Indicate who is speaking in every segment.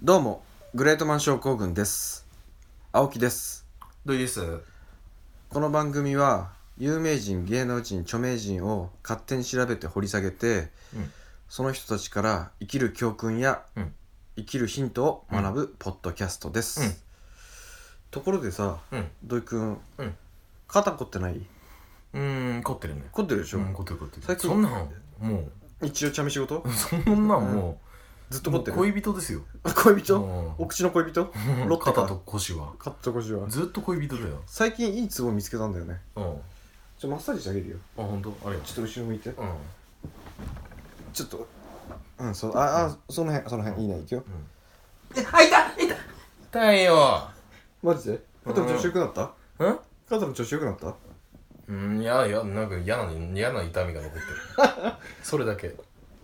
Speaker 1: どうも、グレートマン症候群です。青木です。
Speaker 2: どういです
Speaker 1: この番組は、有名人、芸能人、著名人を勝手に調べて掘り下げて、
Speaker 2: うん
Speaker 1: その人たちから生きる教訓や、
Speaker 2: うん
Speaker 1: 生きるヒントを学ぶポッドキャストです。
Speaker 2: うん
Speaker 1: ところでさ、
Speaker 2: うん
Speaker 1: 土井くん、
Speaker 2: うん
Speaker 1: 肩凝ってないう
Speaker 2: ーん凝ってるね
Speaker 1: 凝ってるでしょ、
Speaker 2: うん凝ってる凝ってる
Speaker 1: 最近
Speaker 2: そんなんも
Speaker 1: 一応茶飯仕事
Speaker 2: う そんなんも
Speaker 1: ずっ
Speaker 2: う
Speaker 1: と凝
Speaker 2: も
Speaker 1: っ
Speaker 2: う
Speaker 1: てる
Speaker 2: 恋人ですよ
Speaker 1: 恋人、
Speaker 2: う
Speaker 1: お口の恋人
Speaker 2: ん
Speaker 1: ロッテか
Speaker 2: 肩と腰は
Speaker 1: カット腰は
Speaker 2: ずっと恋人だよ
Speaker 1: 最近いいツボ見つけたんだよね
Speaker 2: うんあ
Speaker 1: ちょマッサージしてあげるよ
Speaker 2: 本当あれ
Speaker 1: ちょっと後ろ向いて
Speaker 2: うんうん
Speaker 1: ちょっとうんそうああその辺その辺いいねいくよ
Speaker 2: えあいたいた痛いよ
Speaker 1: マジで肩も調子よくなった
Speaker 2: うん
Speaker 1: 肩も調子よくなった
Speaker 2: うんいやいやなんか嫌な嫌な痛みが残ってる それだけ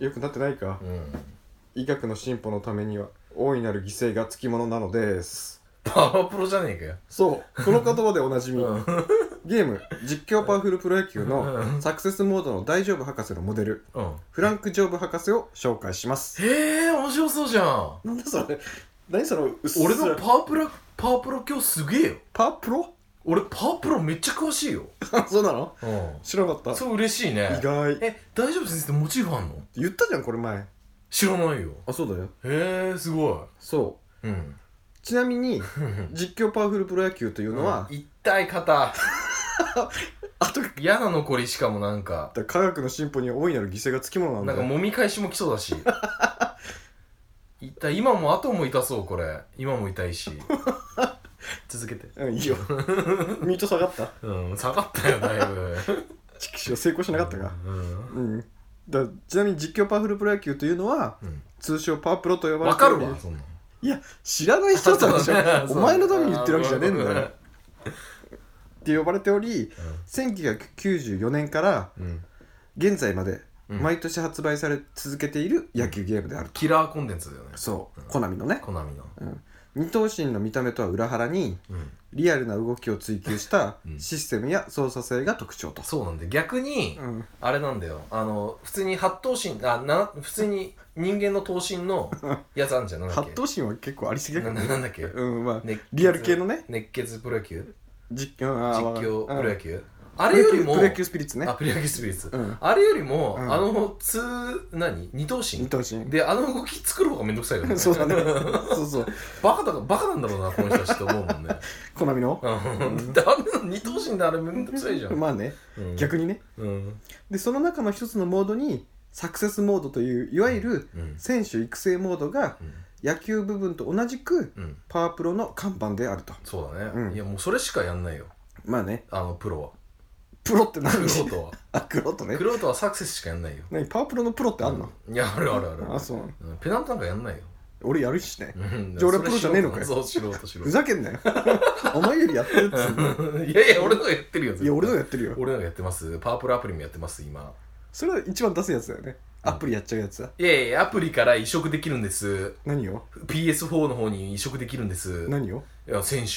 Speaker 1: よくなってないか
Speaker 2: うん
Speaker 1: 医学の進歩のためには大いなる犠牲がつきものなのです
Speaker 2: パワプロじゃねえかよ
Speaker 1: そうこの言葉でおなじみ
Speaker 2: うん
Speaker 1: ゲーム実況パワフルプロ野球
Speaker 2: う
Speaker 1: の
Speaker 2: ん
Speaker 1: サクセスモードの大丈夫博士のモデル
Speaker 2: うん
Speaker 1: フランク・ジョーブ博士を紹介します
Speaker 2: へえ面白そうじゃん
Speaker 1: なんだそれ何そのうっすら
Speaker 2: 俺のパワプロパワプロ今日すげえよ
Speaker 1: パプロ
Speaker 2: 俺パワプロめっちゃ詳しいよ、
Speaker 1: そうなの
Speaker 2: う
Speaker 1: 知らなか
Speaker 2: ん、
Speaker 1: った
Speaker 2: そう嬉しいね
Speaker 1: 意外
Speaker 2: え大丈夫先生ってモチーフあんの
Speaker 1: 言ったじゃんこれ前
Speaker 2: 知らないよ
Speaker 1: あそうだよ
Speaker 2: へえすご
Speaker 1: そ
Speaker 2: いうん
Speaker 1: うちなみに実況パワフルプロ野球というのは、
Speaker 2: 痛い肩
Speaker 1: あと
Speaker 2: 嫌な残りしかもなんか
Speaker 1: 科学の進歩に大いなる犠牲がつきものな
Speaker 2: なんん
Speaker 1: だ
Speaker 2: か
Speaker 1: よ
Speaker 2: 揉み返しも来そうだし痛い今も後も痛そうこれ今も痛 いし続けて
Speaker 1: うんいいよミート下がった
Speaker 2: うん下がったよだいぶ
Speaker 1: チキシは成功しなかったか
Speaker 2: うん、
Speaker 1: うんだちなみに実況パワフルプロ野球というのは
Speaker 2: うん、
Speaker 1: 通称パワプロと呼ばれ
Speaker 2: 分
Speaker 1: てい
Speaker 2: か
Speaker 1: る
Speaker 2: るわそんなん
Speaker 1: いや知らない人だったでし
Speaker 2: そうだ
Speaker 1: ょ
Speaker 2: ね
Speaker 1: お前のために言ってるわけじゃねえんだ
Speaker 2: そう
Speaker 1: よって呼ばれており1994年から
Speaker 2: うんうん
Speaker 1: 現在まで
Speaker 2: うん
Speaker 1: 毎年発売され続けている野球ゲームであると、
Speaker 2: キラーコンテンツだよね
Speaker 1: そう
Speaker 2: うん
Speaker 1: コナミのね、
Speaker 2: コナミの
Speaker 1: うん、二頭身の見た目とは裏腹に
Speaker 2: うん
Speaker 1: リアルな動きを追求した
Speaker 2: うん
Speaker 1: システムや操作性が特徴と、
Speaker 2: そうなんで逆に
Speaker 1: うん、
Speaker 2: あれなんだよあの普通に八頭身あな普通に人間の頭身のやつあるじゃんなんだっ
Speaker 1: 八
Speaker 2: け
Speaker 1: 頭身は結構ありすぎだ
Speaker 2: な
Speaker 1: けど
Speaker 2: ななんだっけ
Speaker 1: うんまあ
Speaker 2: 熱血
Speaker 1: リアル系のね
Speaker 2: 熱血プロ野球
Speaker 1: 実況あ
Speaker 2: 実
Speaker 1: ー
Speaker 2: 況
Speaker 1: うん
Speaker 2: プロ野球あれよりも
Speaker 1: プロ野球スピリッツね
Speaker 2: あプロ野球スピリッツ
Speaker 1: うん
Speaker 2: あれよりも
Speaker 1: うん
Speaker 2: あのつ何二頭身
Speaker 1: 二頭身
Speaker 2: であの動き作る方がめんどくさいよ ね
Speaker 1: そうだねそうそう
Speaker 2: バカだバカなんだろうなこの人たちって思うもんね
Speaker 1: コナミの
Speaker 2: うんだあれの二頭身であれめんどくさいじゃん
Speaker 1: まあね
Speaker 2: うん
Speaker 1: 逆にね
Speaker 2: うん
Speaker 1: でその中の一つのモードにサクセスモードといういわゆる
Speaker 2: うん
Speaker 1: 選手育成モードが
Speaker 2: うん
Speaker 1: 野球部分と同じく
Speaker 2: うん
Speaker 1: パワープロの看板であると
Speaker 2: そうだね、
Speaker 1: うん
Speaker 2: いやもうそれしかやんないよ
Speaker 1: まあね
Speaker 2: あのプロは
Speaker 1: プロって 何
Speaker 2: クロートは
Speaker 1: あクロとね
Speaker 2: クロートはサクセスしかやんないよ
Speaker 1: 何パワープロのプロってあんの、
Speaker 2: いやあるあるある
Speaker 1: あそう
Speaker 2: うんペナントなんかやんないよ
Speaker 1: 俺やるしね
Speaker 2: うん
Speaker 1: じゃあ俺プロじゃねえのかよ
Speaker 2: そう素人素
Speaker 1: ふ
Speaker 2: 人
Speaker 1: ざけんなよ お前よりやってるっつうの
Speaker 2: うんいやいや俺のがやってるよ絶対
Speaker 1: いや俺のやってるよ
Speaker 2: 俺のがやってますパワープロアプリもやってます今
Speaker 1: それは一番出すやつだよねアプリやっちゃうやつだ
Speaker 2: いやいやアプリから移植できるんです
Speaker 1: 何を
Speaker 2: PS4 の方に移植できるんです
Speaker 1: 何を
Speaker 2: いや選手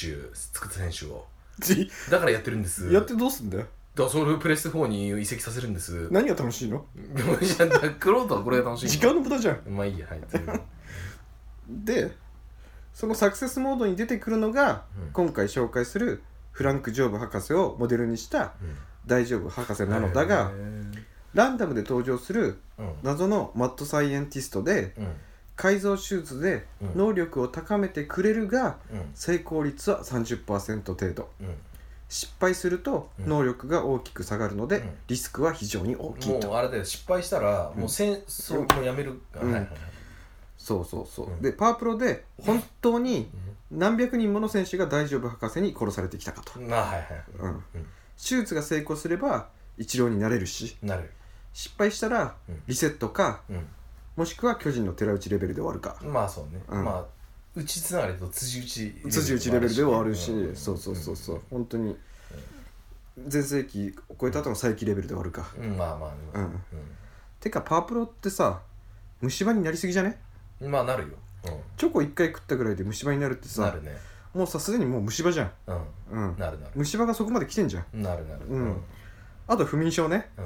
Speaker 2: 作った選手を
Speaker 1: じ
Speaker 2: だからやってるんです
Speaker 1: やってどうすんだよ
Speaker 2: だからそれをプレステ4に移籍させるんです
Speaker 1: 何が楽しいの
Speaker 2: でも いやだからクロートはこれが楽しいの
Speaker 1: 時間の無駄じゃん
Speaker 2: まあいいやはいということで
Speaker 1: でそのサクセスモードに出てくるのが、
Speaker 2: うん
Speaker 1: 今回紹介するフランク・ジョーブ博士をモデルにした
Speaker 2: う
Speaker 1: 大丈夫博士
Speaker 2: ん
Speaker 1: なのだが、
Speaker 2: うん
Speaker 1: ランダムで登場する
Speaker 2: うん
Speaker 1: 謎のマッドサイエンティストで改造手術で
Speaker 2: うん
Speaker 1: 能力を高めてくれるが、
Speaker 2: うん
Speaker 1: 成功率は30%程度
Speaker 2: うん
Speaker 1: 失敗すると
Speaker 2: うん
Speaker 1: 能力が大きく下がるので、
Speaker 2: うん
Speaker 1: リスクは非常に大きい
Speaker 2: も
Speaker 1: と
Speaker 2: うあれだよ失敗したらもう戦争もうやめるから
Speaker 1: うん
Speaker 2: はいはいはい
Speaker 1: そうそうそう、
Speaker 2: うん
Speaker 1: でパワープロで本当に何百人もの選手が大丈夫博士に殺されてきたかと、
Speaker 2: うんまあはい
Speaker 1: う
Speaker 2: は
Speaker 1: ん
Speaker 2: うん
Speaker 1: 手術が成功すれば一郎になれるし
Speaker 2: いなる
Speaker 1: 失敗したら
Speaker 2: うん
Speaker 1: リセットか
Speaker 2: う
Speaker 1: もしくは巨人の寺内レベルで終わるか、
Speaker 2: んまあそうね
Speaker 1: うん
Speaker 2: まあ打ちつながれと辻打ち
Speaker 1: 辻内レベルで終わるし、
Speaker 2: うん
Speaker 1: そうそうそうそう、本当に全盛期を超えた後の再起レベルで終わるか
Speaker 2: うんまあま
Speaker 1: う
Speaker 2: あね
Speaker 1: んてかパワープロってさ虫歯になりすぎじゃね
Speaker 2: うんまあなるよ
Speaker 1: チョコ1回食ったぐらいで虫歯になるって
Speaker 2: うんな
Speaker 1: さ
Speaker 2: るね
Speaker 1: もうさすでにもう虫歯じゃん、
Speaker 2: う
Speaker 1: うん
Speaker 2: ん、なるなる
Speaker 1: 虫歯がそこまで来てんじゃん
Speaker 2: なるなる
Speaker 1: うんあと不眠症ね
Speaker 2: うん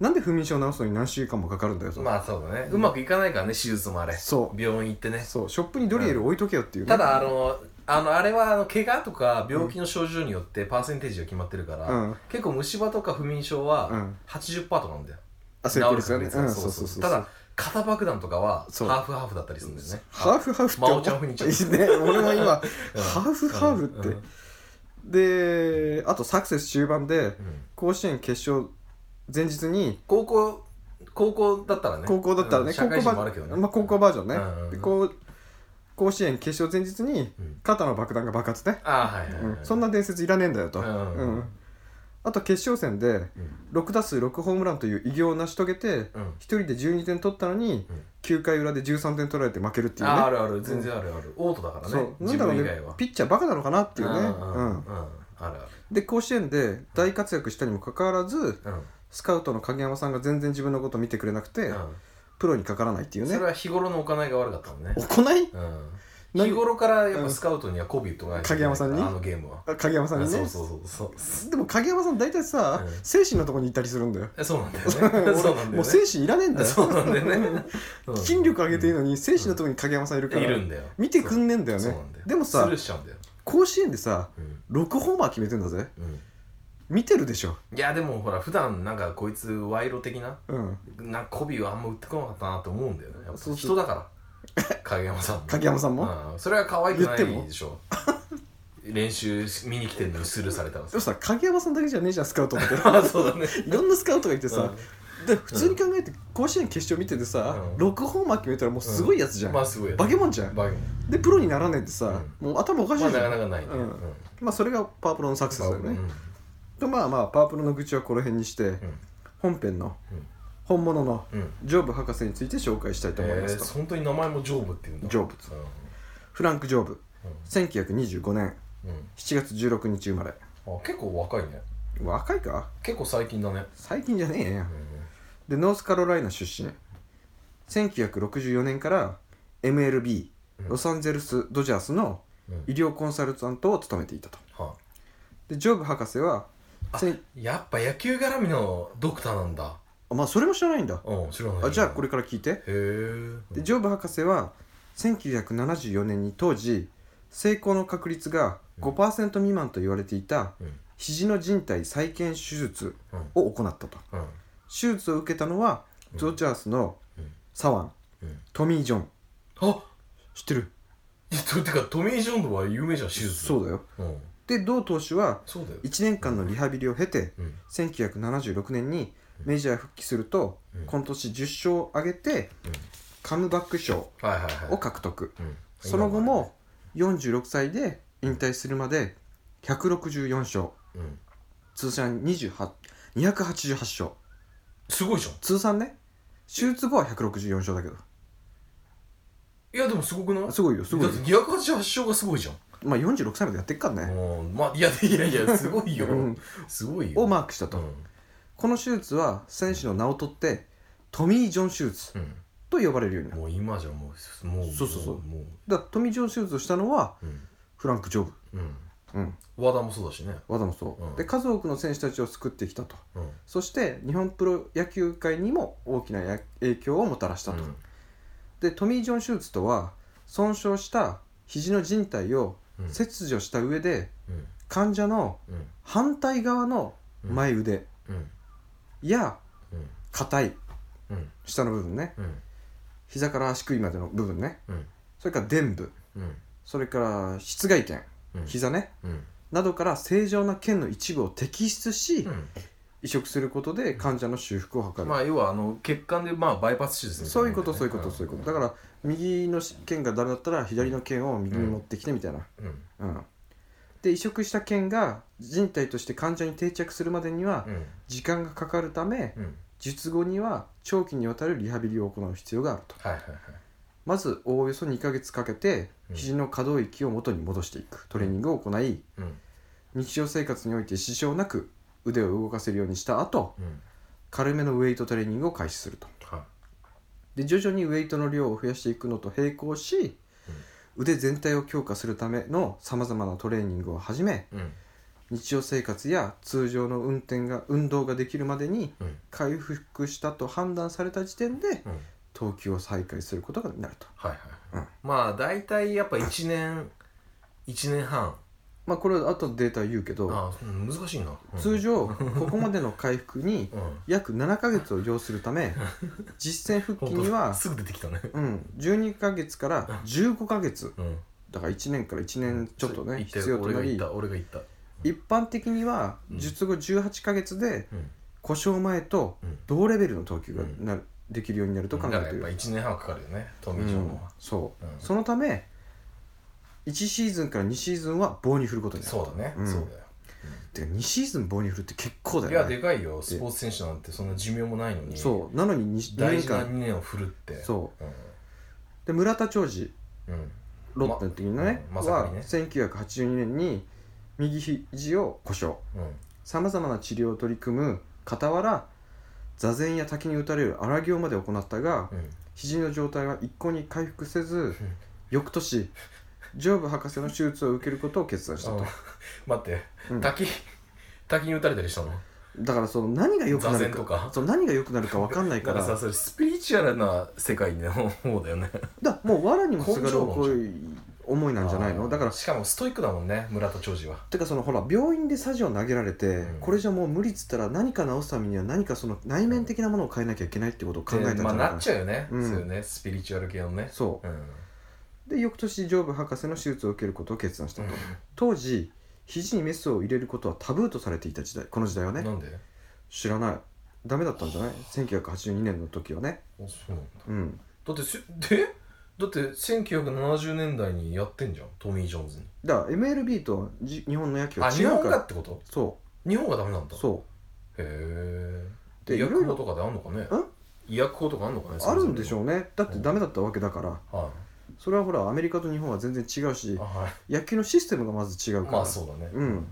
Speaker 1: ななんで不眠症を治すのに何週間もかかるんだよそれ
Speaker 2: まあそうだねうまくいかないからね手術もあれ
Speaker 1: そう
Speaker 2: 病院行ってね
Speaker 1: そうショップにドリエル置いとけよっていうね、
Speaker 2: ただあのあのあれはあの怪我とか病気の症状によってパーセンテージが決まってるから、
Speaker 1: うん
Speaker 2: 結構虫歯とか不眠症
Speaker 1: う
Speaker 2: は
Speaker 1: ん
Speaker 2: 80%とかなんだよ、
Speaker 1: あ
Speaker 2: 治
Speaker 1: 成功
Speaker 2: る
Speaker 1: 率がね、
Speaker 2: 確率が
Speaker 1: うん、
Speaker 2: そ
Speaker 1: そうう
Speaker 2: そ
Speaker 1: そうう
Speaker 2: そ
Speaker 1: そうう
Speaker 2: ただ肩爆弾とかは
Speaker 1: そう
Speaker 2: ハーフハーフだったりするんだよね
Speaker 1: ハーフハーフって
Speaker 2: 真央ちゃん風にちょっと
Speaker 1: いい ね俺も今、
Speaker 2: うん
Speaker 1: ハーフハーフって、
Speaker 2: うんうん
Speaker 1: であとサクセス終盤で
Speaker 2: うん
Speaker 1: 甲子園決勝前日に
Speaker 2: 高校高校だったらね
Speaker 1: 高校だったらね、
Speaker 2: うん
Speaker 1: 高
Speaker 2: 社
Speaker 1: 校
Speaker 2: 会
Speaker 1: バ
Speaker 2: 人もあるけどね
Speaker 1: まあ、高校バージョンね、
Speaker 2: うんうんうん
Speaker 1: でこう甲子園決勝前日に
Speaker 2: うん
Speaker 1: 肩の爆弾が爆発ね、
Speaker 2: ああはいはい、
Speaker 1: うん
Speaker 2: はい、
Speaker 1: そんな伝説いらねえんだよと、
Speaker 2: うんうんうん
Speaker 1: あと決勝戦で
Speaker 2: うん
Speaker 1: 6打数6ホームランという偉業を成し遂げて
Speaker 2: うん
Speaker 1: 1人で12点取ったのに
Speaker 2: うん
Speaker 1: 9回裏で13点取られて負けるっていうね
Speaker 2: ああるある全然あるある、オートだから
Speaker 1: そ
Speaker 2: ね
Speaker 1: うなん
Speaker 2: 自
Speaker 1: だろう
Speaker 2: 分以
Speaker 1: ね
Speaker 2: 外は
Speaker 1: ピッチャーバカなのかなっていうね、
Speaker 2: うんうんう
Speaker 1: う
Speaker 2: ん、うん
Speaker 1: ん、
Speaker 2: あるあ
Speaker 1: で甲子園で大活躍したにもかかわらず
Speaker 2: る
Speaker 1: スカウトの影山さんが全然自分のこと見てくれなくて、
Speaker 2: うん、うん
Speaker 1: プロにかからないっていう
Speaker 2: そ
Speaker 1: ね
Speaker 2: れは日頃の行いが悪かったもんね、
Speaker 1: 行い
Speaker 2: うん、
Speaker 1: 何
Speaker 2: 日頃からやっぱスカウトには媚びとかない
Speaker 1: 影山さんに
Speaker 2: あのゲームは
Speaker 1: あ影山さんにね
Speaker 2: そうそうそうそう
Speaker 1: でも影山さん大体さ、
Speaker 2: うん
Speaker 1: 精神のとこに行ったりするんだよ
Speaker 2: えそうなんだよね そうなんだよね
Speaker 1: もう精神いらねえんだよ
Speaker 2: そうなんだよねうん
Speaker 1: 筋力上げていいのに精神のとこに影山さんいるから、
Speaker 2: いるんだよ
Speaker 1: 見てくんねえんだよ
Speaker 2: そう
Speaker 1: ね
Speaker 2: なんだよ
Speaker 1: でも
Speaker 2: ス
Speaker 1: さ
Speaker 2: ルーしちゃうんだよ
Speaker 1: 甲子園でさ
Speaker 2: うん
Speaker 1: 6ホーマー決めてんだぜ
Speaker 2: うん
Speaker 1: 見てるでしょ
Speaker 2: いやでもほら普段なんかこいつ賄賂的な
Speaker 1: うん
Speaker 2: なんか媚びはあんま売ってこなかったなと思うんだよねやっぱ
Speaker 1: そうそう
Speaker 2: 人だから影山さんも
Speaker 1: 影山さんも、
Speaker 2: うんそれは可愛くな
Speaker 1: 言っても
Speaker 2: いでしょ練習見に来てんのにスルーされた ら
Speaker 1: でも
Speaker 2: さ
Speaker 1: さ影山さんだけじゃねえじゃんスカウトって
Speaker 2: あそうだね
Speaker 1: いろんなスカウトがいてさ、
Speaker 2: うん
Speaker 1: で普通に考えて甲子園決勝見ててさ、
Speaker 2: うん
Speaker 1: 6ホーマー決めたらもうすごいやつじゃん、
Speaker 2: まあすごいよ
Speaker 1: バケモンじゃん
Speaker 2: バケ
Speaker 1: でプロにならねえってさ、もう頭おかしい
Speaker 2: モン
Speaker 1: じ
Speaker 2: まあ
Speaker 1: ゃん、
Speaker 2: なかなかないね
Speaker 1: うん
Speaker 2: うん
Speaker 1: まあそれがパワープロのサクセスだよね、
Speaker 2: うん
Speaker 1: とまあまあパワープロの愚痴はこの辺にして、本編の
Speaker 2: うん
Speaker 1: 本物の
Speaker 2: うん
Speaker 1: ジョブ博士について紹介したいと思います
Speaker 2: え
Speaker 1: と、
Speaker 2: ー本当に名前もジョーブっていうんだ
Speaker 1: ジョーブフランク・ジョブ1925年
Speaker 2: うんうん
Speaker 1: 7月16日生まれ
Speaker 2: あ結構若いね
Speaker 1: 若いか
Speaker 2: 結構最近だね
Speaker 1: 最近じゃねえや
Speaker 2: うん
Speaker 1: でノースカロライナ出身1964年から MLB
Speaker 2: うん
Speaker 1: ロサンゼルス・ドジャースの
Speaker 2: うん
Speaker 1: 医療コンサルタントを務めていたと
Speaker 2: は
Speaker 1: でジョブ博士は
Speaker 2: あ
Speaker 1: せん
Speaker 2: いやっぱ野球絡みのドクターなんだ
Speaker 1: あまあそれも知らないんだ
Speaker 2: うん知らない
Speaker 1: あじゃあこれから聞いて
Speaker 2: へえ
Speaker 1: でジョブ博士は1974年に当時成功の確率が5%未満と言われていた
Speaker 2: うん
Speaker 1: 肘の靭帯再建手術
Speaker 2: うん
Speaker 1: を行ったと
Speaker 2: うん
Speaker 1: 手術を受けたのは
Speaker 2: うん
Speaker 1: ドジャースの
Speaker 2: うん
Speaker 1: 左腕
Speaker 2: うん
Speaker 1: トミー・ジョン
Speaker 2: あ
Speaker 1: 知ってる
Speaker 2: えっとてかトミー・ジョンのは有名じゃん手術
Speaker 1: そうだよ
Speaker 2: うん
Speaker 1: で同投手は
Speaker 2: そうだよ
Speaker 1: 1年間のリハビリを経て
Speaker 2: うん
Speaker 1: 1976年にメジャー復帰すると
Speaker 2: うん
Speaker 1: 今年10勝を挙げて
Speaker 2: うん
Speaker 1: カムバック賞
Speaker 2: はいはいはい
Speaker 1: を獲得
Speaker 2: うん
Speaker 1: その後も46歳で引退するまで164勝
Speaker 2: うん
Speaker 1: 通算28 288勝
Speaker 2: すごいじゃん
Speaker 1: 通算ね手術後は164勝だけど
Speaker 2: いやでもすごくない
Speaker 1: すごいよすごい
Speaker 2: だっ
Speaker 1: よ
Speaker 2: て288勝がすごいじゃん
Speaker 1: まあ46歳までやってっからね、
Speaker 2: うんまあいやいやいやすごいよ
Speaker 1: うん
Speaker 2: すごいよ
Speaker 1: をマークしたと、
Speaker 2: うん
Speaker 1: この手術は選手の名を取ってトミー・ジョン手術
Speaker 2: う
Speaker 1: と呼ばれるようになんる
Speaker 2: もう今じゃもうもう
Speaker 1: そうそうそう
Speaker 2: もうも
Speaker 1: だからトミー・ジョン手術をしたのは
Speaker 2: ううん
Speaker 1: フランク・ジョブ、
Speaker 2: うん
Speaker 1: うん、
Speaker 2: 和田もそうだしね
Speaker 1: 技もそう、
Speaker 2: うん
Speaker 1: で数多くの選手たちを救ってきたと
Speaker 2: うん
Speaker 1: そして日本プロ野球界にも大きなや影響をもたらしたと、
Speaker 2: うん
Speaker 1: でトミー・ジョン手術とは損傷した肘の靭帯を
Speaker 2: うん
Speaker 1: 切除した上で
Speaker 2: うん
Speaker 1: 患者の
Speaker 2: うん
Speaker 1: 反対側の前腕
Speaker 2: うん
Speaker 1: や
Speaker 2: うん
Speaker 1: 硬い
Speaker 2: うん
Speaker 1: 下の部分ね
Speaker 2: うん
Speaker 1: 膝から足首までの部分ね
Speaker 2: うん
Speaker 1: それから臀部
Speaker 2: うん
Speaker 1: それから膝外腱
Speaker 2: うん
Speaker 1: 膝ね
Speaker 2: うん
Speaker 1: などから正常な腱の一部を摘出し
Speaker 2: うん
Speaker 1: 移植することで患者の修復を図る
Speaker 2: まあ要はあの血管でまあバイパス手術みた
Speaker 1: そういうこと
Speaker 2: な
Speaker 1: そういうことそういうことだから右の腱がダメだったら左の腱を右に持ってきてみたいな
Speaker 2: うん
Speaker 1: うん、で移植した腱が人体として患者に定着するまでには
Speaker 2: うん
Speaker 1: 時間がかかるため
Speaker 2: うん
Speaker 1: 術後には長期にわたるリハビリを行う必要があると
Speaker 2: はいはいはい
Speaker 1: まずおおよそ2ヶ月かけて
Speaker 2: うん
Speaker 1: 肘の可動域を元に戻していくトレーニングを行い
Speaker 2: うん
Speaker 1: 日常生活において支障なく腕を動かせるようにした後
Speaker 2: うん
Speaker 1: 軽めのウェイトトレーニングを開始すると
Speaker 2: は
Speaker 1: で徐々にウェイトの量を増やしていくのと並行し腕全体を強化するためのさまざまなトレーニングを始め
Speaker 2: いうん
Speaker 1: 日常生活や通常の運転が運動ができるまでに
Speaker 2: うん
Speaker 1: 回復したと判断された時点で
Speaker 2: うん
Speaker 1: 投球を再開することになると
Speaker 2: はいはい、
Speaker 1: うん
Speaker 2: まあ大体やっぱ1年1年半
Speaker 1: まあこれは後でデータ言うけど
Speaker 2: あうん難しいな、うん
Speaker 1: 通 常ここまでの回復に
Speaker 2: うん
Speaker 1: 約7ヶ月を要するた め実戦復
Speaker 2: 本
Speaker 1: 帰
Speaker 2: 当
Speaker 1: には
Speaker 2: すぐ出てきたね、
Speaker 1: うん、12ヶ月から15ヶ月
Speaker 2: うん、
Speaker 1: だから1年から1年ちょっとね
Speaker 2: 言たよ
Speaker 1: 必要とな
Speaker 2: 俺
Speaker 1: り
Speaker 2: が言った俺が言った、
Speaker 1: 一般的には
Speaker 2: うん
Speaker 1: 術後18ヶ月で
Speaker 2: うん
Speaker 1: 故障前と
Speaker 2: うん、
Speaker 1: 同レベルの投球がなるできるようになると考
Speaker 2: だか
Speaker 1: え
Speaker 2: らや
Speaker 1: て
Speaker 2: っ
Speaker 1: い
Speaker 2: ぱ
Speaker 1: る、
Speaker 2: 1年半かかるよねト
Speaker 1: う
Speaker 2: ミー・ジョン
Speaker 1: ん
Speaker 2: は、、
Speaker 1: そう、
Speaker 2: うん
Speaker 1: そのため1シーズンから2シーズンは棒に振ることになる
Speaker 2: そうだね、
Speaker 1: うん
Speaker 2: そうだよ
Speaker 1: てか2シーズン棒に振るって結構だ
Speaker 2: い
Speaker 1: よ
Speaker 2: や
Speaker 1: ね
Speaker 2: でかいよスポーツ選手なんてそんな寿命もないのに
Speaker 1: そうなのに 2,
Speaker 2: 大
Speaker 1: 年
Speaker 2: 事な
Speaker 1: 間
Speaker 2: 2年を振るって、
Speaker 1: そうで村田兆治
Speaker 2: うんうん、
Speaker 1: ロッテの時のね,、
Speaker 2: ままさ
Speaker 1: は
Speaker 2: かにね
Speaker 1: 1982年に右肘を故障
Speaker 2: うん
Speaker 1: さまざまな治療を取り組む傍ら座禅や滝に打たれる荒行まで行ったが
Speaker 2: うん、
Speaker 1: 肘の状態は一向に回復せず翌年上部博士の手術を受けることを決断したと
Speaker 2: あ 待って、
Speaker 1: うん
Speaker 2: 滝滝に打たれたりしたの
Speaker 1: だからその何が良くな
Speaker 2: 座
Speaker 1: る
Speaker 2: 禅と
Speaker 1: か
Speaker 2: か
Speaker 1: そう何が良くなるか分かんない
Speaker 2: だ
Speaker 1: か
Speaker 2: から
Speaker 1: ら
Speaker 2: さそれスピリチュアルな世界の方だよね
Speaker 1: だもう藁にもすがる
Speaker 2: 根性論
Speaker 1: こい思いなんじゃない
Speaker 2: あ
Speaker 1: の
Speaker 2: ー
Speaker 1: だから
Speaker 2: しかもストイックだもんね村田長治は
Speaker 1: てかそのほら病院でサジを投げられて、
Speaker 2: うん
Speaker 1: これじゃもう無理っつったら何か治すためには何かその内面的なものを変えなきゃいけないってことを考えたんじ
Speaker 2: で
Speaker 1: ゃな
Speaker 2: まあ
Speaker 1: いかな、
Speaker 2: なっちゃうよね、
Speaker 1: うん
Speaker 2: そうよねスピリチュアル系のね、
Speaker 1: そう
Speaker 2: ん、
Speaker 1: うで翌年上部博士の手術を受けることを決断したと当時肘にメスを入れることはタブーとされていた時代この時代は
Speaker 2: な
Speaker 1: ね
Speaker 2: んで
Speaker 1: 知らないダメだったんじゃない1982年の時はね
Speaker 2: あそうなんだ
Speaker 1: うん
Speaker 2: だってせ でだって1970年代にやってんじゃんトミー・ジョーンズに
Speaker 1: だから MLB とじ日本の野球
Speaker 2: あ
Speaker 1: は違
Speaker 2: 日
Speaker 1: う
Speaker 2: 本
Speaker 1: か
Speaker 2: が
Speaker 1: ら
Speaker 2: ってこと
Speaker 1: そ
Speaker 2: 日本がダメなんだ
Speaker 1: う
Speaker 2: う
Speaker 1: そ
Speaker 2: へえ
Speaker 1: うでい
Speaker 2: 医
Speaker 1: ろ
Speaker 2: 薬
Speaker 1: い
Speaker 2: 法
Speaker 1: ろ
Speaker 2: とかであんのかね
Speaker 1: ん
Speaker 2: 医薬法とかあんのかね
Speaker 1: あるんでし
Speaker 2: う
Speaker 1: ょうねだってダメだったわけだから
Speaker 2: は
Speaker 1: それはほらアメリカと日本は全然違うし
Speaker 2: いあはい
Speaker 1: 野球のシステムがまず違うから、
Speaker 2: まあそうだね
Speaker 1: うん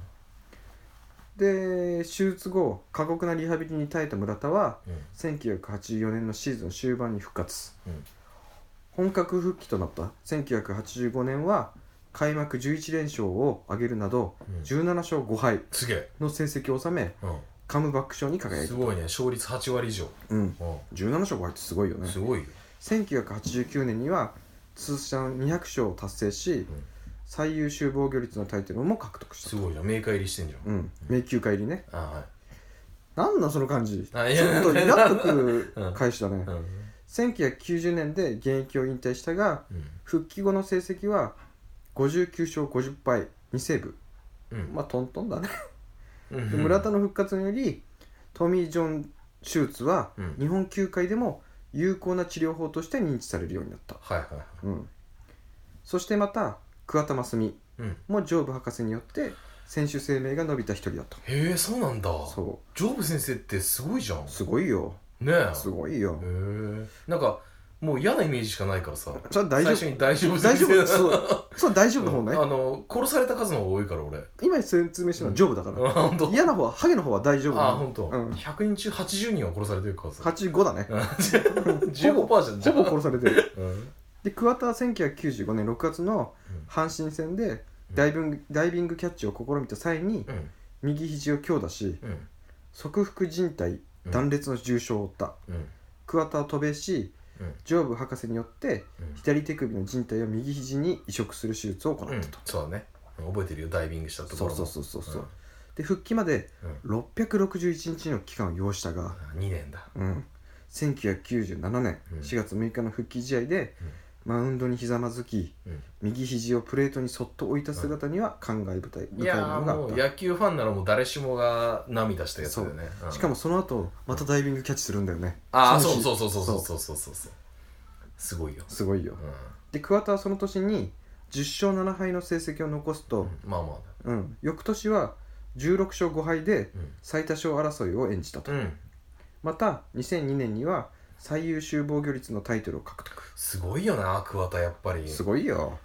Speaker 1: で手術後過酷なリハビリに耐えた村田は
Speaker 2: うん
Speaker 1: 1984年のシーズン終盤に復活、
Speaker 2: うん
Speaker 1: 本格復帰となった1985年は開幕11連勝を挙げるなど
Speaker 2: うん
Speaker 1: 17勝5敗
Speaker 2: すげえ、
Speaker 1: の成績を収め
Speaker 2: う
Speaker 1: カムバック賞に輝
Speaker 2: ん、
Speaker 1: い
Speaker 2: す
Speaker 1: た、
Speaker 2: ごいね勝率8割以上、
Speaker 1: うん、
Speaker 2: う
Speaker 1: 17勝5敗ってすごいよ
Speaker 2: ん、
Speaker 1: ね
Speaker 2: すごいよ
Speaker 1: 1989年には通算200勝を達成し、最優秀防御率のタイトルも獲得した
Speaker 2: すごいじゃんメーカー入りしてんじゃん、
Speaker 1: うん迷宮会入りね
Speaker 2: あはい
Speaker 1: なんなんその感じちょ
Speaker 2: あいや
Speaker 1: っとイラっとくる返しだね
Speaker 2: うん
Speaker 1: 1990年で現役を引退したが
Speaker 2: うん
Speaker 1: 復帰後の成績は59勝50敗2セーブ
Speaker 2: うん
Speaker 1: まあトントンだね
Speaker 2: うん
Speaker 1: で村田の復活によりトミー・ジョン手術は
Speaker 2: うん
Speaker 1: 日本球界でも有効な治療法として認知されるようになった、
Speaker 2: はいはいはい
Speaker 1: うん、そしてまた桑田真澄
Speaker 2: うんへ
Speaker 1: も上部博士によって選手生命が伸びた一人だと
Speaker 2: えそうなんだ
Speaker 1: そ
Speaker 2: ジョーブ先生ってすごいじゃん
Speaker 1: う
Speaker 2: ね
Speaker 1: すごいよ
Speaker 2: え
Speaker 1: すごいよ
Speaker 2: へえなんかもう嫌なイメージしかないからさ
Speaker 1: それは大丈
Speaker 2: 最
Speaker 1: 夫
Speaker 2: 初に大丈夫
Speaker 1: 大丈夫
Speaker 2: 先生
Speaker 1: そうそう大丈夫の方
Speaker 2: うん
Speaker 1: ね
Speaker 2: あの殺された数の方が多いから俺
Speaker 1: 今説明したのは上部だから
Speaker 2: あ本当
Speaker 1: 嫌な方はハゲの方は大丈夫な
Speaker 2: あ本当、
Speaker 1: うん
Speaker 2: 100人中80人は殺されてるからさ
Speaker 1: 85だね
Speaker 2: うん15%じゃんじ
Speaker 1: ほ
Speaker 2: ゃ
Speaker 1: ぼ
Speaker 2: あ
Speaker 1: 殺されてる
Speaker 2: うん
Speaker 1: で桑田は1995年6月の
Speaker 2: うん
Speaker 1: 阪神戦でダイビングダイビングキャッチを試みた際に
Speaker 2: うん
Speaker 1: 右肘を強打し
Speaker 2: うん
Speaker 1: 側腹靭帯断裂の重傷を負った
Speaker 2: うん
Speaker 1: 桑田は渡米し
Speaker 2: うん
Speaker 1: 上部博士によって左手首の靭帯を右肘に移植する手術を行っ
Speaker 2: うん
Speaker 1: たと、
Speaker 2: そうだね覚えてるよダイビングしたとこ
Speaker 1: そう
Speaker 2: ろ
Speaker 1: そうそうそうそう
Speaker 2: うん
Speaker 1: で復帰まで
Speaker 2: うん
Speaker 1: 661日の期間を要したが、
Speaker 2: 2年だ
Speaker 1: うん、1997年
Speaker 2: うん
Speaker 1: 4月6日の復帰試合で、マウンドにひざまずき
Speaker 2: うん
Speaker 1: 右肘をプレートにそっと置いた姿には感慨深い
Speaker 2: い
Speaker 1: 深い
Speaker 2: や
Speaker 1: もの
Speaker 2: ー
Speaker 1: が
Speaker 2: も
Speaker 1: あ
Speaker 2: う
Speaker 1: っ
Speaker 2: 野球ファンならもう誰しもが涙したやつだよね、う
Speaker 1: た
Speaker 2: ん
Speaker 1: しかもその後またダイビングキャッチするんだよね
Speaker 2: ああ
Speaker 1: の
Speaker 2: そ
Speaker 1: 日
Speaker 2: うそうそうそうそうそうそうそうそうすごいよ、
Speaker 1: すごいよ
Speaker 2: う
Speaker 1: で桑田はその年に10勝7敗の成績を残すと、
Speaker 2: ん、まあまあ
Speaker 1: うん翌年は16勝5敗で
Speaker 2: うん
Speaker 1: 最多勝争いを演じたと、
Speaker 2: うん
Speaker 1: また2002年には最優秀防御率のタイトルを獲得
Speaker 2: すごいよな桑田やっぱり
Speaker 1: す
Speaker 2: す
Speaker 1: ごいよ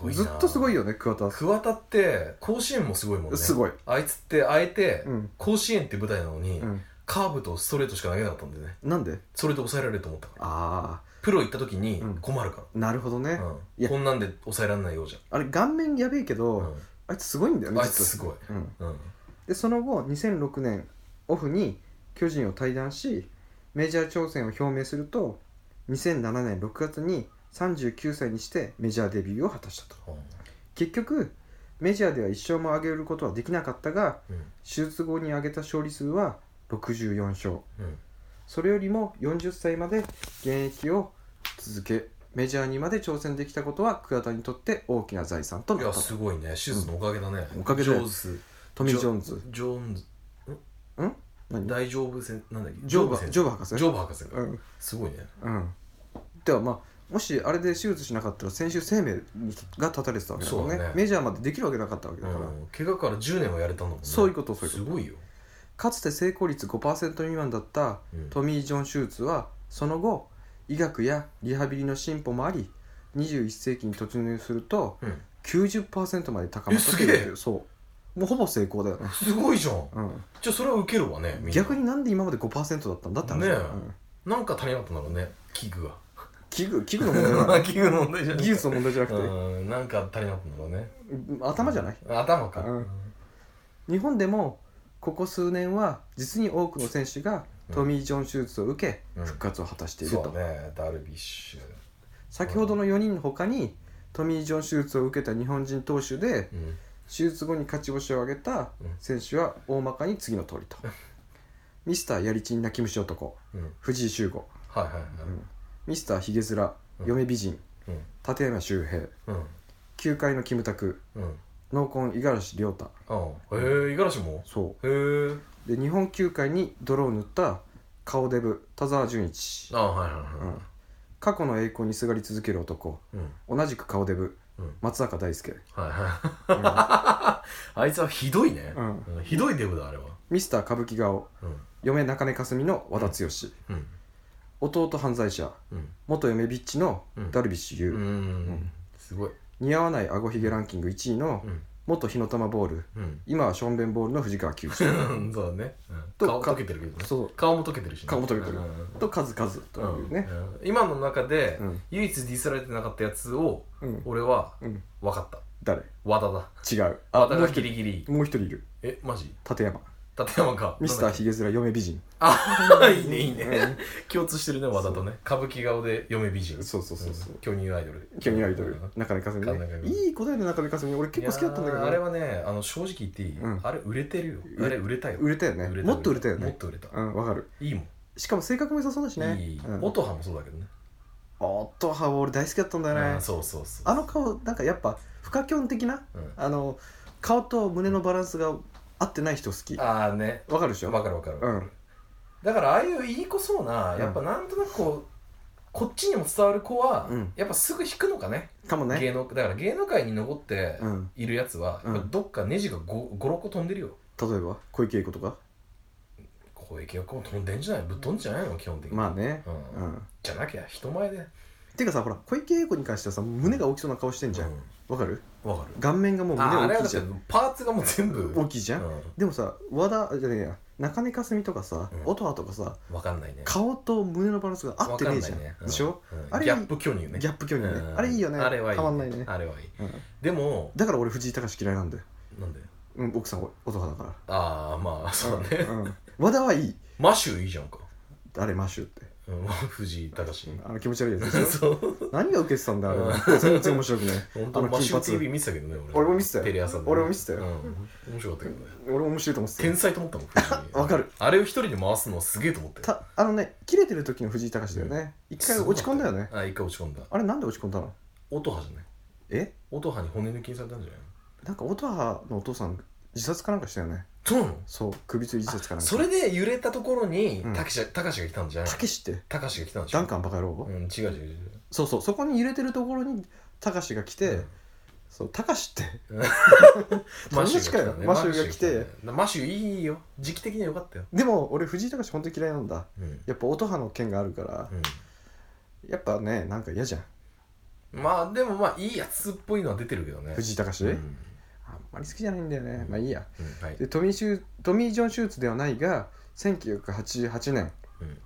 Speaker 2: ごいな
Speaker 1: ずっとすごい
Speaker 2: よ
Speaker 1: よね桑田は
Speaker 2: 桑田って甲子園もすごいもんね
Speaker 1: すごい
Speaker 2: あいつってあえて、
Speaker 1: うん
Speaker 2: 甲子園って舞台なのに、
Speaker 1: うん
Speaker 2: カーブとストレートしか投げなかったんでね
Speaker 1: なんで
Speaker 2: それで抑えられると思ったから
Speaker 1: あ
Speaker 2: プロ行った時に
Speaker 1: うん
Speaker 2: 困るか
Speaker 1: あなるほどね、
Speaker 2: ら、うん
Speaker 1: いや
Speaker 2: こんなんで抑えられないようじ
Speaker 1: あれ顔面やべえけど、
Speaker 2: ゃん、うん
Speaker 1: あいつすごいんだよね
Speaker 2: あいつすごい、
Speaker 1: 実はうん、
Speaker 2: うん、
Speaker 1: でその後2006年オフに巨人を退団しメジャー挑戦を表明すると2007年6月に39歳にしてメジャーデビューを果たしたと結局メジャーでは一勝も挙げることはできなかったが
Speaker 2: うん
Speaker 1: 手術後に挙げた勝利数は64勝
Speaker 2: うん
Speaker 1: それよりも40歳まで現役を続けメジャーにまで挑戦できたことは桑田にとって大きな財産と
Speaker 2: い
Speaker 1: な
Speaker 2: や
Speaker 1: った
Speaker 2: すごいね手術のおかげだね、
Speaker 1: うんおかげ
Speaker 2: ジ
Speaker 1: だ
Speaker 2: ョ
Speaker 1: よ
Speaker 2: ーズ
Speaker 1: トミー・ジョーンズ
Speaker 2: ジョーンズ
Speaker 1: ん何
Speaker 2: 大丈夫せんなんだっけ
Speaker 1: ジョブ
Speaker 2: せん
Speaker 1: ジョブ博士
Speaker 2: ジョブ博士が
Speaker 1: うん
Speaker 2: すごいね
Speaker 1: うんではまあもしあれで手術しなかったら先週生命が断たれてたわけだから
Speaker 2: そ
Speaker 1: ね
Speaker 2: うだね
Speaker 1: メジャーまでできるわけなかったわけ
Speaker 2: う
Speaker 1: だから、
Speaker 2: ん怪我から10年はやれたんだもんね
Speaker 1: そういうことそういうこと
Speaker 2: すごいよ、
Speaker 1: かつて成功率5%未満だった
Speaker 2: うん
Speaker 1: トミー・ジョン手術はその後医学やリハビリの進歩もあり21世紀に突入すると
Speaker 2: うん
Speaker 1: 90%まで高まったと
Speaker 2: えすげえ
Speaker 1: 言われてるそうもうほぼ成功だよね、
Speaker 2: すごいじゃん
Speaker 1: う
Speaker 2: じゃあそれは受けるわねみん
Speaker 1: ん、
Speaker 2: な
Speaker 1: 逆になんで今まで5%だったんだって話だよ
Speaker 2: ねえ
Speaker 1: うん
Speaker 2: なんか足りなかったんだろうね器具が
Speaker 1: 器具器具の問題じゃない
Speaker 2: 器具の問題じ ゃない
Speaker 1: 技術の問題じゃなくて
Speaker 2: うんなんか足りなかったんだろうね
Speaker 1: 頭じゃない
Speaker 2: 頭か、
Speaker 1: うん日本でもここ数年は実に多くの選手がトミー・ジョン手術を受け
Speaker 2: うん
Speaker 1: 復活を果たしていると、
Speaker 2: そうねダルビッシュ、
Speaker 1: 先ほどの4人の他にトミー・ジョン手術を受けた日本人投手で
Speaker 2: うん
Speaker 1: 手術後に勝ち星を挙げた選手は大まかに次の通 りと、ミスターやりちん泣き虫男
Speaker 2: うん、
Speaker 1: 藤井修吾
Speaker 2: はいはいはい、
Speaker 1: ミスターひげづら
Speaker 2: うん
Speaker 1: 嫁美人
Speaker 2: うん
Speaker 1: 立山周平
Speaker 2: うん
Speaker 1: 球界のキムタク
Speaker 2: うん
Speaker 1: 濃紺五十嵐亮太
Speaker 2: あへえ五十嵐も
Speaker 1: そ
Speaker 2: へえ
Speaker 1: うで日本球界に泥を塗った顔デブ田沢純一
Speaker 2: あはいはいうは
Speaker 1: ん過去の栄光にすがり続ける男
Speaker 2: いうん
Speaker 1: 同じく顔デブ
Speaker 2: うん
Speaker 1: 松坂大 輔、
Speaker 2: はいはい
Speaker 1: うん
Speaker 2: あいつはひどいね、
Speaker 1: うん
Speaker 2: うんひどいデブだあれは
Speaker 1: ミスター歌舞伎顔
Speaker 2: うん
Speaker 1: 嫁中根かすみの和田剛、
Speaker 2: うん
Speaker 1: 弟犯罪者
Speaker 2: うん
Speaker 1: 元嫁ビッチの
Speaker 2: うん
Speaker 1: ダルビッシュ有、
Speaker 2: うん、
Speaker 1: ん
Speaker 2: すごい
Speaker 1: 似合わない顎ひげランキング1位の
Speaker 2: うん
Speaker 1: 元火の玉ボール
Speaker 2: うん
Speaker 1: 今はションベンボールの藤川球児
Speaker 2: うん そうだね、うん、
Speaker 1: と
Speaker 2: 顔
Speaker 1: か
Speaker 2: 溶けてるけどね
Speaker 1: そう
Speaker 2: 顔も溶けてるし、ね、
Speaker 1: 顔も溶けてる
Speaker 2: うんうん
Speaker 1: と数々というね、
Speaker 2: うん今の中で、
Speaker 1: うん
Speaker 2: 唯一ディスられてなかったやつを、
Speaker 1: うん
Speaker 2: 俺は
Speaker 1: うん、
Speaker 2: 分かった
Speaker 1: 誰
Speaker 2: 和田だ
Speaker 1: 違う
Speaker 2: 和田
Speaker 1: もう
Speaker 2: が
Speaker 1: 一人
Speaker 2: ギリギリ
Speaker 1: もう一人いる
Speaker 2: えマジ
Speaker 1: 立山
Speaker 2: 立山か
Speaker 1: ミスター
Speaker 2: なんだっけ
Speaker 1: ひげづら嫁美人
Speaker 2: あ いいねいいね
Speaker 1: う
Speaker 2: 共通してるね和田とね歌舞伎顔で嫁美人
Speaker 1: そうそうそうそうん
Speaker 2: 巨乳アイドル
Speaker 1: 巨乳アイドル
Speaker 2: うん
Speaker 1: 中根かすみ
Speaker 2: 中根か
Speaker 1: ね
Speaker 2: すみ
Speaker 1: いい答えで中根かすみ俺結構好きだったんだけどね
Speaker 2: いやーあれはねあの正直言っていい、
Speaker 1: うん
Speaker 2: あれ売れてるよ
Speaker 1: れ
Speaker 2: あれ売れたよ
Speaker 1: 売れたよねもっと売れたよね
Speaker 2: もっと売れた
Speaker 1: うんわかる
Speaker 2: いいもん
Speaker 1: しかも性格も良さそうだしね
Speaker 2: いい
Speaker 1: うん
Speaker 2: 音羽もそうだけどね
Speaker 1: おっとは俺大好きだったんだよ
Speaker 2: う
Speaker 1: ね
Speaker 2: んそうそうそう
Speaker 1: あの顔なんかやっぱ不可教的な
Speaker 2: うん
Speaker 1: あの顔と胸のバランスが合ってない人好きわ
Speaker 2: ああね
Speaker 1: かるでしょ
Speaker 2: わかるわかる、
Speaker 1: うん
Speaker 2: だからああいういい子そうな
Speaker 1: うん
Speaker 2: やっぱなんとなくこうこっちにも伝わる子は、
Speaker 1: うん
Speaker 2: やっぱすぐ引くのかね
Speaker 1: かもね
Speaker 2: 芸能だから芸能界に残って
Speaker 1: うん
Speaker 2: いるやつは、
Speaker 1: うん
Speaker 2: やっぱどっかネジが56個飛んでるよ
Speaker 1: 例えば小池栄子とか
Speaker 2: こういう結婚飛んでんじゃないぶっ飛んじゃないの基本的に、
Speaker 1: まあね
Speaker 2: うん
Speaker 1: うん
Speaker 2: じゃなきゃ人前で
Speaker 1: ていうかさほら小池栄子に関してはさ胸が大きそうな顔してんじゃんわかる
Speaker 2: うんわかる
Speaker 1: 顔面がもう
Speaker 2: ああ
Speaker 1: 胸
Speaker 2: れ
Speaker 1: 大
Speaker 2: は
Speaker 1: き
Speaker 2: だ
Speaker 1: い
Speaker 2: っ
Speaker 1: じ
Speaker 2: て
Speaker 1: ゃん
Speaker 2: パーツがもう全部
Speaker 1: 大きいじゃん
Speaker 2: う
Speaker 1: でもさ和田じゃねえや中根かすみとかさ
Speaker 2: うん
Speaker 1: 音羽とかさ
Speaker 2: んわかんないね
Speaker 1: 顔と胸のバランスが合ってねえじゃん
Speaker 2: わかないね
Speaker 1: でしょ
Speaker 2: うん
Speaker 1: あれ
Speaker 2: ギャップ巨乳ね
Speaker 1: ギャップ距離ね
Speaker 2: うん
Speaker 1: あれいいよね
Speaker 2: あれはいい
Speaker 1: たまんないね
Speaker 2: あれはいい
Speaker 1: うん
Speaker 2: でも
Speaker 1: だから俺藤井隆嫌いなんだよ
Speaker 2: なんで
Speaker 1: うん奥さん音羽だか
Speaker 2: ああまあそうだね
Speaker 1: らうん和田はいい
Speaker 2: マシューいいじゃんか
Speaker 1: あれマシューって
Speaker 2: うん 藤井隆
Speaker 1: あの気持ち悪いやつでしょ
Speaker 2: そう
Speaker 1: 何が受けてたんだよあれ全然面白くない
Speaker 2: 本当
Speaker 1: あの
Speaker 2: マシュー
Speaker 1: 金
Speaker 2: TV 見てたけどね俺
Speaker 1: 俺も見てたよ
Speaker 2: テレ朝でね
Speaker 1: 俺も見てたよ
Speaker 2: うん面白かったけどね
Speaker 1: 俺面白いと思ってたよ
Speaker 2: 天才と思ったもん藤井
Speaker 1: わかる
Speaker 2: あれを一人で回すのはすげえと思ったよ
Speaker 1: たあのね切れてる時の藤井隆だよね一回落ち込んだよね
Speaker 2: あ一回落ち込んだ
Speaker 1: あれなんで落ち込んだの
Speaker 2: 音羽じゃない
Speaker 1: え
Speaker 2: 音羽に骨抜きにされたんじゃないの
Speaker 1: なんか音羽のお父さん自殺かなんかしたよね
Speaker 2: そうなの
Speaker 1: そう首吊り自殺かなんか
Speaker 2: それで揺れたところに
Speaker 1: うん
Speaker 2: たけし高橋が来たんじゃない
Speaker 1: たけしって
Speaker 2: たかしが来たんでしょ
Speaker 1: ダンカンバカ野郎、
Speaker 2: うん違う違う違う
Speaker 1: そうそうそこに揺れてるところにたかしが来て、
Speaker 2: うん
Speaker 1: そうたかしって
Speaker 2: マシューが来たね
Speaker 1: マシューが来て
Speaker 2: マシューいいよ時期的にはよかったよ
Speaker 1: でも俺藤井隆本当に嫌いなんだ
Speaker 2: うん
Speaker 1: やっぱ音羽の件があるから、やっぱねなんか嫌じゃん
Speaker 2: うんまあでもまあいいやつっぽいのは出てるけどね
Speaker 1: 藤井隆、
Speaker 2: うんう
Speaker 1: あんまり好きじゃないんだよねまあいいや
Speaker 2: んはい
Speaker 1: でトミーシュトミー・ジョン手術ではないが1988年
Speaker 2: うん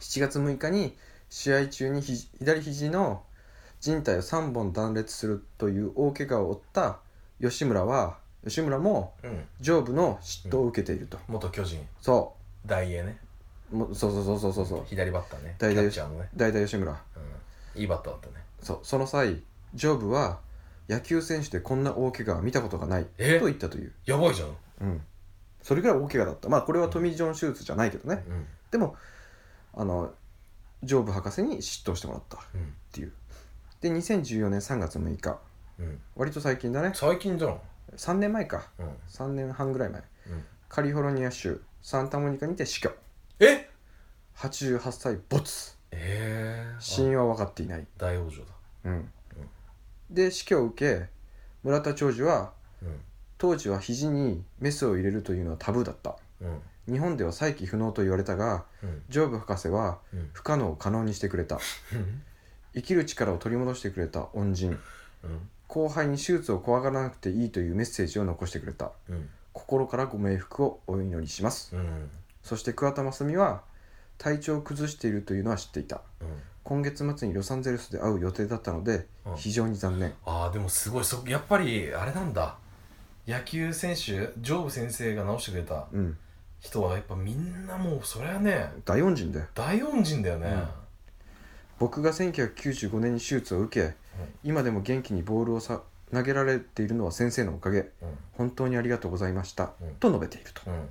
Speaker 1: 7月6日に試合中にひじ左肘の靭帯を3本断裂するという大怪我を負った吉村は吉村も
Speaker 2: うん、
Speaker 1: 上部の嫉妬を受けていると、
Speaker 2: 元巨人
Speaker 1: そ
Speaker 2: 大栄ね
Speaker 1: うもうそうそうそうそうそうそう
Speaker 2: 左バッターね
Speaker 1: 大栄
Speaker 2: キャッチャーのね、
Speaker 1: 大体吉村
Speaker 2: うん、いいバッターだったね
Speaker 1: そうその際上部は野球選手でこんな大怪我は見たことがないと
Speaker 2: え
Speaker 1: 言ったという、
Speaker 2: やばいじゃん、
Speaker 1: うん、それぐらい大怪我だったまあこれはトミー・ジョン手術じゃないけどね
Speaker 2: うん
Speaker 1: でもあの上部博士に嫉妬してもらったっ
Speaker 2: うん
Speaker 1: ていうで2014年3月6日
Speaker 2: うん、
Speaker 1: 割と最近だね
Speaker 2: 最近じゃん、
Speaker 1: 3年前か
Speaker 2: うん
Speaker 1: 3年半ぐらい前
Speaker 2: うん、
Speaker 1: カリフォルニア州サンタモニカにて死去
Speaker 2: え
Speaker 1: 88歳没
Speaker 2: えー、
Speaker 1: 死因は分かっていない、
Speaker 2: 大往生だ
Speaker 1: うん、で死去を受け村田長寿は
Speaker 2: う
Speaker 1: 当時は肘にメスを入れるというのはタブーだった
Speaker 2: んうん
Speaker 1: 日本では再起不能と言われたが
Speaker 2: うん
Speaker 1: ジョブ博士は
Speaker 2: うん
Speaker 1: 不可能を可能にしてくれた生きる力を取り戻してくれた恩人
Speaker 2: うん
Speaker 1: 後輩に手術を怖がらなくていいというメッセージを残してくれた
Speaker 2: うん
Speaker 1: 心からご冥福をお祈りします
Speaker 2: うん
Speaker 1: そして桑田真澄は体調を崩しているというのは知っていた
Speaker 2: うん
Speaker 1: 今月末にロサンゼルスで会う予定だったので
Speaker 2: うん
Speaker 1: 非常に残念、
Speaker 2: ああでもすごいそやっぱりあれなんだ野球選手ジョブ先生が直してくれた
Speaker 1: うん、
Speaker 2: 人はやっぱみんなもうそりゃね
Speaker 1: 大恩人だよ
Speaker 2: 大恩人だよね、
Speaker 1: 僕が1995年に手術を受け今でも元気にボールをさ投げられているのは先生のおかげ
Speaker 2: うん
Speaker 1: 本当にありがとうございました、
Speaker 2: うん
Speaker 1: と述べていると
Speaker 2: うん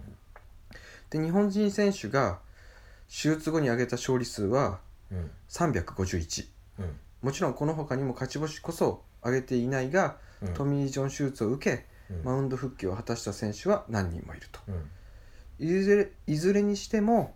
Speaker 1: で日本人選手が手術後に挙げた勝利数は
Speaker 2: うん
Speaker 1: 351
Speaker 2: うん
Speaker 1: もちろんこの他にも勝ち星こそ挙げていないが、
Speaker 2: うん
Speaker 1: トミー・ジョン手術を受け
Speaker 2: うん
Speaker 1: マウンド復帰を果たした選手は何人もいると
Speaker 2: うん
Speaker 1: いずれいずれにしても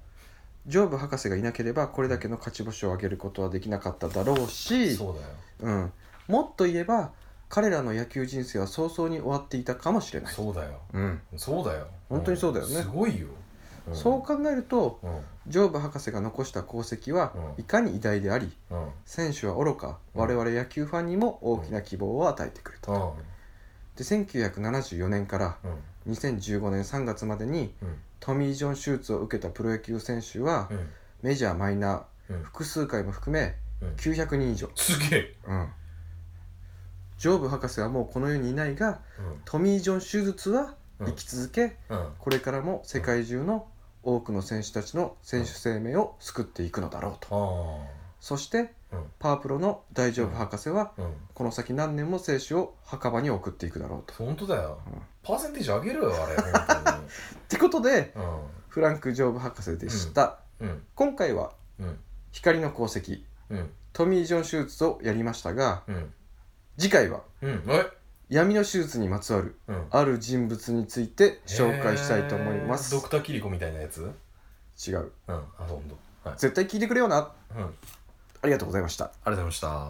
Speaker 1: ジョブ博士がいなければこれだけの勝ち星を挙げることはできなかっただろうし
Speaker 2: そうだよ
Speaker 1: うん、もっと言えば彼らの野球人生は早々に終わっていたかもしれない、
Speaker 2: そうだよ
Speaker 1: うん、
Speaker 2: そうだよ
Speaker 1: 本当にそうだよね
Speaker 2: んすごいよ、ん
Speaker 1: そう考えると
Speaker 2: うん
Speaker 1: ジョブ博士が残した功績は
Speaker 2: うん
Speaker 1: いかに偉大であり
Speaker 2: うん
Speaker 1: 選手は愚か
Speaker 2: うん
Speaker 1: 我々野球ファンにも大きな希望を与えてくれた
Speaker 2: うん
Speaker 1: で1974年から
Speaker 2: うん
Speaker 1: 2015年3月までに
Speaker 2: うん
Speaker 1: トミー・ジョン手術を受けたプロ野球選手は
Speaker 2: うん
Speaker 1: メジャーマイナー
Speaker 2: うん
Speaker 1: 複数回も含め
Speaker 2: うん
Speaker 1: 900人以上、
Speaker 2: すげえ、
Speaker 1: うん、ジョーブ博士はもうこの世にいないが
Speaker 2: うん
Speaker 1: トミー・ジョン手術は
Speaker 2: うん
Speaker 1: 生き続け
Speaker 2: うん、
Speaker 1: これからも世界中の多くの選手たちの選手生命を救っていくのだろうと
Speaker 2: あ
Speaker 1: そして
Speaker 2: あうん
Speaker 1: パワプロの大丈夫博士は
Speaker 2: うん
Speaker 1: この先何年も選手を墓場に送っていくだろうと。
Speaker 2: 本当だよ、
Speaker 1: うん
Speaker 2: パーセンテージ上げろよあれ本
Speaker 1: ってことで
Speaker 2: 当に
Speaker 1: フランク・ジョーブ博士でした、
Speaker 2: うんうん
Speaker 1: 今回は
Speaker 2: うん
Speaker 1: 光の功績
Speaker 2: うん
Speaker 1: トミー・ジョン手術をやりましたが
Speaker 2: うん
Speaker 1: 次回は
Speaker 2: うんえ
Speaker 1: 闇の手術にまつわる
Speaker 2: うん
Speaker 1: ある人物について紹介したいと思いま
Speaker 2: え
Speaker 1: す
Speaker 2: ードクターキリコみたいなやつうん
Speaker 1: 違う
Speaker 2: あそう本当はい、
Speaker 1: 絶対聞いてくれよな
Speaker 2: うん、ありがとう
Speaker 1: ありがとうございました
Speaker 2: ございました